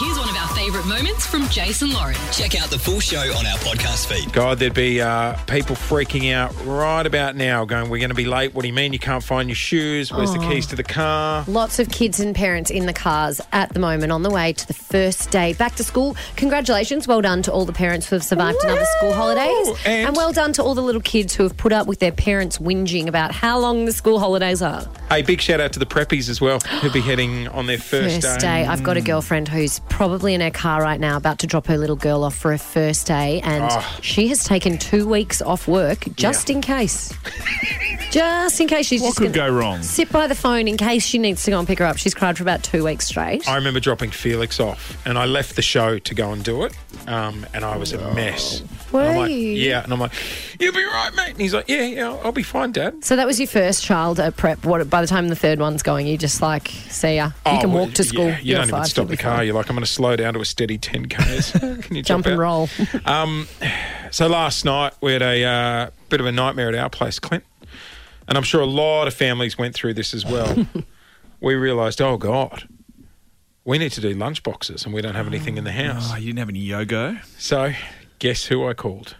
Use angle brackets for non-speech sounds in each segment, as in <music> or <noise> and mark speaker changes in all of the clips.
Speaker 1: Here's one of our favourite moments from Jason Lauren.
Speaker 2: Check out the full show on our podcast feed.
Speaker 3: God, there'd be uh, people freaking out right about now, going, "We're going to be late. What do you mean you can't find your shoes? Where's the keys to the car?"
Speaker 4: Lots of kids and parents in the cars at the moment on the way to the first day back to school. Congratulations. Well done to all the parents who have survived another school holidays.
Speaker 3: And-
Speaker 4: well done to all the little kids who have put up with their parents whinging about how long the school holidays are.
Speaker 3: Hey, big shout out to the preppies as well, who'll be heading on their first,
Speaker 4: <gasps> First day. I've
Speaker 5: Mm.
Speaker 4: got a girlfriend who's probably in her car right now about to drop her little girl off for her first day, and
Speaker 5: Ah.
Speaker 4: she has taken two weeks off work just in case. just in case she's
Speaker 5: What
Speaker 4: just
Speaker 5: could
Speaker 4: gonna
Speaker 5: go wrong?
Speaker 4: Sit by the phone in case she needs to go and pick her up. She's cried for about two weeks straight.
Speaker 3: I remember dropping Felix off, and I left the show to go and do it, um, and I was a mess.
Speaker 4: Were
Speaker 3: And I'm like,
Speaker 4: you?
Speaker 3: Yeah, and I'm like, "You'll be right, mate." And he's like, "Yeah, yeah, I'll be fine, Dad."
Speaker 4: So that was your first child at prep. What by the time the third one's going, you just like see ya. You can
Speaker 3: well,
Speaker 4: walk to school.
Speaker 3: Oh, Yeah, you
Speaker 4: You're
Speaker 3: don't even
Speaker 4: five,
Speaker 3: stop
Speaker 4: you'll be
Speaker 3: the car.
Speaker 4: fine.
Speaker 3: You're like, I'm going to slow down to a steady 10 k's. Can you
Speaker 4: <laughs> Jump
Speaker 3: drop
Speaker 4: and
Speaker 3: out? <laughs>
Speaker 4: roll.
Speaker 3: So last night we had a uh, bit of a nightmare at our place, Clint, and I'm sure a lot of families went through this as
Speaker 5: <laughs>
Speaker 3: well. we realised, oh God, we need to do lunchboxes, and we don't have anything in the house.
Speaker 5: Oh, you didn't have any yoga.
Speaker 3: So guess who I called?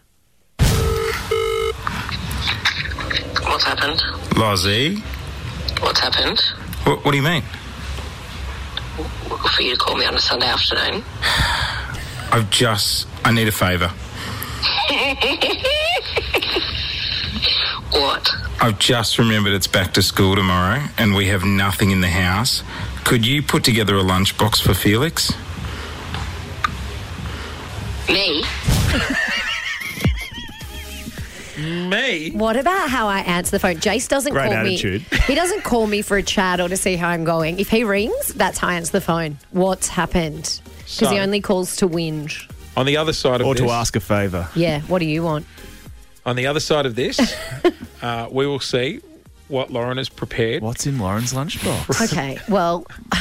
Speaker 6: What's happened?
Speaker 7: Lozzie?
Speaker 6: What's happened?
Speaker 7: What, what do you mean?
Speaker 6: For you to call me on a Sunday afternoon?
Speaker 7: <sighs> I've just. I need a favour.
Speaker 6: <laughs> What?
Speaker 7: I've just remembered it's back to school tomorrow and we have nothing in the house. Could you put together a lunchbox for Felix?
Speaker 6: Me?
Speaker 3: Me.
Speaker 4: What about how I answer the phone? Jace doesn't
Speaker 5: Great
Speaker 4: call
Speaker 5: attitude.
Speaker 4: me. He doesn't call me for a chat or to see how I'm going. If he rings, that's how I answer the phone. What's happened? Because
Speaker 3: So-
Speaker 4: he only calls to whinge.
Speaker 3: On the other side of
Speaker 5: Or
Speaker 3: this,
Speaker 5: to ask a favour.
Speaker 4: Yeah. What do you
Speaker 3: <laughs>
Speaker 4: want?
Speaker 3: on the other side of
Speaker 5: <laughs>
Speaker 3: this, uh, we will see what Lauren has prepared.
Speaker 5: What's in Lauren's lunchbox?
Speaker 4: Okay. Well,
Speaker 5: Do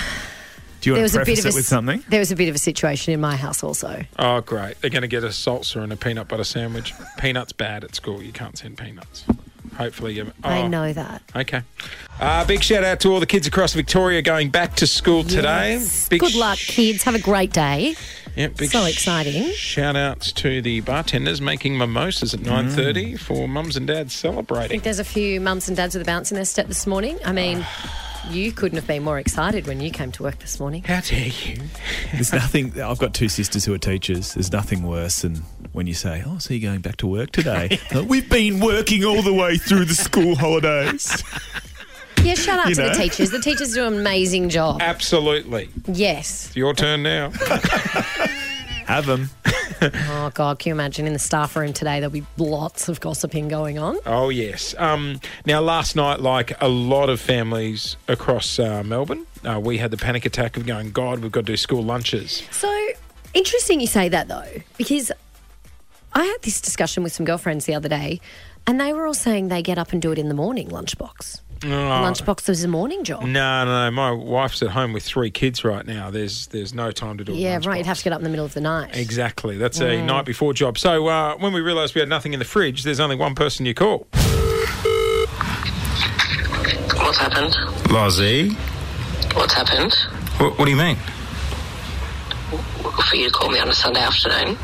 Speaker 4: there
Speaker 5: you want
Speaker 4: was
Speaker 5: to
Speaker 4: a bit of
Speaker 5: preface
Speaker 4: a
Speaker 5: it with
Speaker 4: s- <laughs>
Speaker 5: something?
Speaker 4: There was a bit of a situation in my house also.
Speaker 3: Oh, great! They're going to get a salsa and a peanut butter sandwich. Peanuts bad at school. You can't send peanuts. Hopefully, you.
Speaker 4: I
Speaker 3: oh.
Speaker 4: know that.
Speaker 3: Okay. Uh, big shout out to all the kids across Victoria going back to school today.
Speaker 4: Yes.
Speaker 3: Big
Speaker 4: Good
Speaker 3: sh-
Speaker 4: luck, kids. Have a great day.
Speaker 3: Yeah, big
Speaker 4: So
Speaker 3: sh-
Speaker 4: exciting.
Speaker 3: Shout outs to the bartenders making mimosas at 9.30 for mums and dads celebrating.
Speaker 4: There's a few mums and dads with a bounce in their step this morning. I
Speaker 5: <sighs>
Speaker 4: mean, you couldn't have been more excited when you came to work this morning.
Speaker 3: How dare you?
Speaker 5: There's nothing. I've got two sisters who are teachers. There's nothing worse than when you say, "Oh, so you're going back to
Speaker 4: <laughs>
Speaker 5: work today?" Like, We've been working all the way through the
Speaker 4: <laughs>
Speaker 5: school holidays.
Speaker 4: Yeah, shout out
Speaker 5: You
Speaker 4: to the
Speaker 5: know?
Speaker 4: teachers. The teachers do an amazing
Speaker 5: <laughs>
Speaker 4: job.
Speaker 3: Absolutely.
Speaker 4: Yes.
Speaker 3: It's your turn
Speaker 4: <laughs>
Speaker 3: now.
Speaker 5: Have them.
Speaker 4: Oh, God, can you imagine in the staff room today there'll be lots of gossiping going on?
Speaker 3: oh, yes. Um, now, last night, like a lot of families across uh, Melbourne, uh, we had the panic attack of going, God, we've got to do school lunches.
Speaker 4: So, interesting you say that, though, because I had this discussion with some girlfriends the other day, and they were all saying they get up and do it in the morning, lunchbox.
Speaker 5: Oh.
Speaker 4: Lunchbox was a morning job.
Speaker 5: Mm.
Speaker 3: No, no, no. My wife's at home with three kids right now. There's there's no time to do a
Speaker 4: Yeah, right.
Speaker 3: lunchbox.
Speaker 4: You'd have to Mm. get up in the middle of the night.
Speaker 3: Exactly. That's a night before job. So uh, when we realised we had nothing in the fridge, there's only one person you call.
Speaker 6: What's happened?
Speaker 7: Lozzie?
Speaker 6: What's happened?
Speaker 7: What, what do you mean?
Speaker 6: For you to call me on a Sunday afternoon?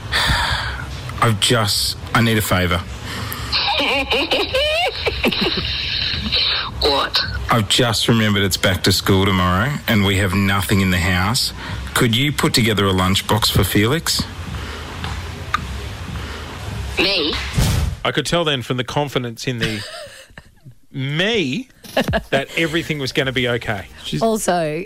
Speaker 7: I've just. I need a favour.
Speaker 6: <laughs> What?
Speaker 7: I've just remembered it's back to school tomorrow and we have nothing in the house. Could you put together a lunchbox for Felix?
Speaker 6: Me?
Speaker 3: I could tell then from the confidence in
Speaker 4: <laughs>
Speaker 3: the me that everything was going to be okay.
Speaker 4: Also,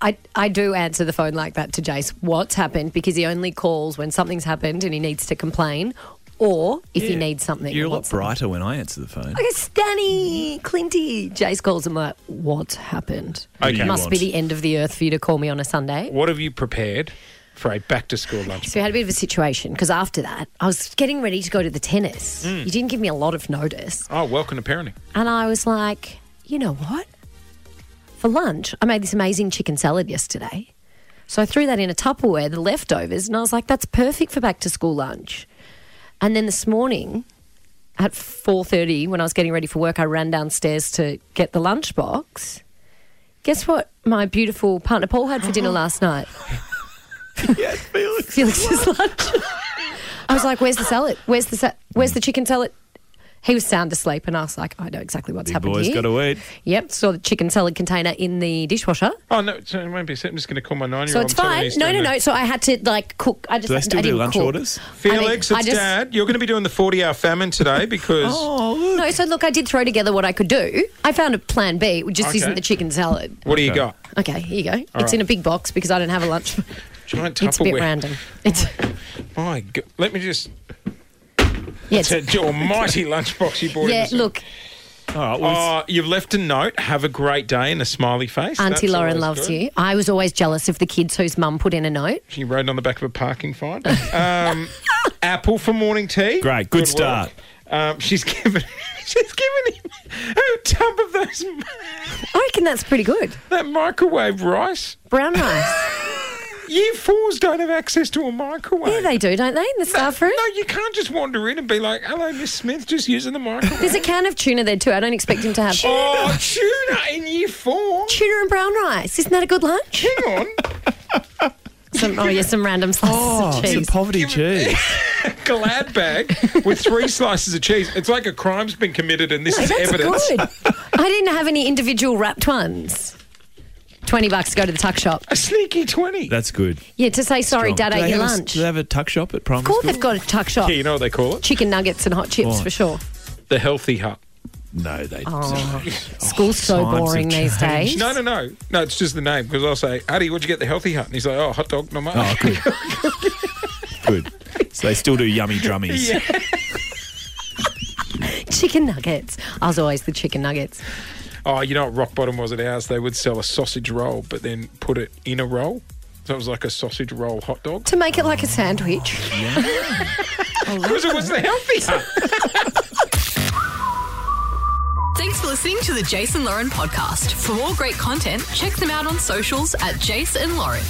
Speaker 4: I, I do answer the phone like that to Jace. What's happened? Because he only calls when something's happened and he needs to complain or if he needs something.
Speaker 5: You're a lot
Speaker 4: What's-
Speaker 5: brighter when I answer the phone.
Speaker 4: Like a Stanny, Clinty. Jace calls him like, what's happened?
Speaker 3: Okay.
Speaker 4: Must
Speaker 5: want?
Speaker 4: be the end of the earth for you to call me on a Sunday.
Speaker 3: What have you prepared for a back to school lunch?
Speaker 4: So we had a bit of a situation because after that, I was getting ready to go to the tennis. You didn't give me a lot of notice.
Speaker 3: Oh, welcome to parenting.
Speaker 4: And I was like, you know what? For lunch, I made this amazing chicken salad yesterday. So I threw that in a Tupperware, the leftovers, and I was like, that's perfect for back to school lunch. And then this morning at 4:30 when I was getting ready for work, I ran downstairs to get the
Speaker 5: Uh-huh.
Speaker 4: lunchbox. Guess what my beautiful partner Paul had for dinner last night?
Speaker 5: yes, Felix.
Speaker 4: <laughs> Felix's lunch. I was like, "Where's the salad? Where's the sa- where's the chicken salad?" He was sound asleep, and I was like, "I know exactly what's
Speaker 5: Big
Speaker 4: happened
Speaker 5: boy's
Speaker 4: here."
Speaker 5: got to eat.
Speaker 4: Yep, saw the chicken salad container in the dishwasher,
Speaker 3: Oh no, so it won't be. set. I'm just going to call my nine-year-old.
Speaker 4: so it's
Speaker 3: and tell her
Speaker 4: fine.
Speaker 3: he's
Speaker 4: No, no,
Speaker 3: doing
Speaker 4: no.
Speaker 3: that.
Speaker 4: So I had to like cook. I just
Speaker 5: Do they still
Speaker 4: I
Speaker 5: do
Speaker 4: didn't
Speaker 5: lunch
Speaker 4: cook.
Speaker 5: orders?
Speaker 3: Felix,
Speaker 4: I mean,
Speaker 3: it's
Speaker 4: I just-
Speaker 3: Dad. You're going to be doing the 40-hour famine today because
Speaker 4: <laughs>
Speaker 5: Oh, look.
Speaker 4: No, so look, I did throw together what I could do. I found a plan B, which just
Speaker 3: Okay.
Speaker 4: isn't the chicken salad.
Speaker 3: what do you got?
Speaker 4: Okay, here you go. it's
Speaker 3: right.
Speaker 4: in a big box because I don't have a lunch. <laughs>
Speaker 3: Giant Tupperware.
Speaker 4: it's a bit random. It's
Speaker 3: My God, let me just.
Speaker 4: yeah,
Speaker 3: It's
Speaker 4: it's,
Speaker 3: a almighty lunchbox you bought. in
Speaker 4: yeah.
Speaker 3: this-
Speaker 4: Look,
Speaker 5: All right, well, it's-
Speaker 3: Oh, you've left a note. Have a great day and a smiley face.
Speaker 4: Auntie
Speaker 3: That's
Speaker 4: Lauren
Speaker 3: always
Speaker 4: loves
Speaker 3: good.
Speaker 4: you. I was always jealous of the kids whose mum put in a note.
Speaker 3: She rode on the back of a parking fine.
Speaker 4: <laughs>
Speaker 3: Um, apple for morning tea.
Speaker 5: Great, good
Speaker 3: work.
Speaker 5: start.
Speaker 3: Um, she's given. <laughs> She's given him a tub of those <laughs>
Speaker 4: I reckon that's pretty good.
Speaker 3: that microwave rice.
Speaker 4: Brown
Speaker 3: <laughs>
Speaker 4: rice.
Speaker 3: Year fours don't have access to a microwave.
Speaker 4: yeah, they do, don't they? In the staff room.
Speaker 3: No, you can't just wander in and be like, "Hello, Miss Smith, just using the microwave."
Speaker 4: There's a can of tuna there too. I don't expect him to have <laughs>
Speaker 3: oh, tuna in year four.
Speaker 4: tuna and brown rice. Isn't that a good lunch?
Speaker 3: Hang on,
Speaker 4: <laughs> Some, oh yeah, some random slices
Speaker 5: oh,
Speaker 4: of cheese.
Speaker 5: it's a poverty cheese.
Speaker 3: <laughs> glad bag with three slices of cheese. It's like a crime's been committed, and this
Speaker 4: No,
Speaker 3: is
Speaker 4: that's
Speaker 3: evidence.
Speaker 4: good. <laughs> I didn't have any individual wrapped ones. Twenty bucks to go to the tuck shop.
Speaker 3: A sneaky twenty.
Speaker 4: <laughs>
Speaker 5: That's good.
Speaker 4: Yeah, to say sorry,
Speaker 5: Strong.
Speaker 4: Dad
Speaker 5: Do they
Speaker 4: ate your
Speaker 5: have a s-
Speaker 4: lunch.
Speaker 5: do they have a tuck shop at Primary
Speaker 4: of course, they've
Speaker 5: school?
Speaker 4: got a tuck shop.
Speaker 3: yeah, you know what they call it?
Speaker 4: Chicken nuggets and hot chips
Speaker 5: Oh.
Speaker 4: for sure.
Speaker 3: The healthy hut.
Speaker 5: No, they.
Speaker 4: Oh,
Speaker 5: Oh,
Speaker 4: school's so
Speaker 5: times have
Speaker 4: boring these
Speaker 5: changed.
Speaker 4: days.
Speaker 3: No, no, no. No, it's just the name because I'll say, Addy, where'd you get the healthy hut? And he's like, oh, hot dog, no matter.
Speaker 5: Oh, good. <laughs> good. So they still do yummy drummies.
Speaker 4: Chicken nuggets. I was always the chicken nuggets.
Speaker 3: Oh, you know what rock bottom was at ours? They would sell a sausage roll, but then put it in a roll. So it was like a sausage roll hot dog.
Speaker 4: To make it like a sandwich.
Speaker 3: Because it was the healthy hut.
Speaker 1: Thanks for listening to the Jason Lauren podcast. For more great content, check them out on socials at Jason Lauren.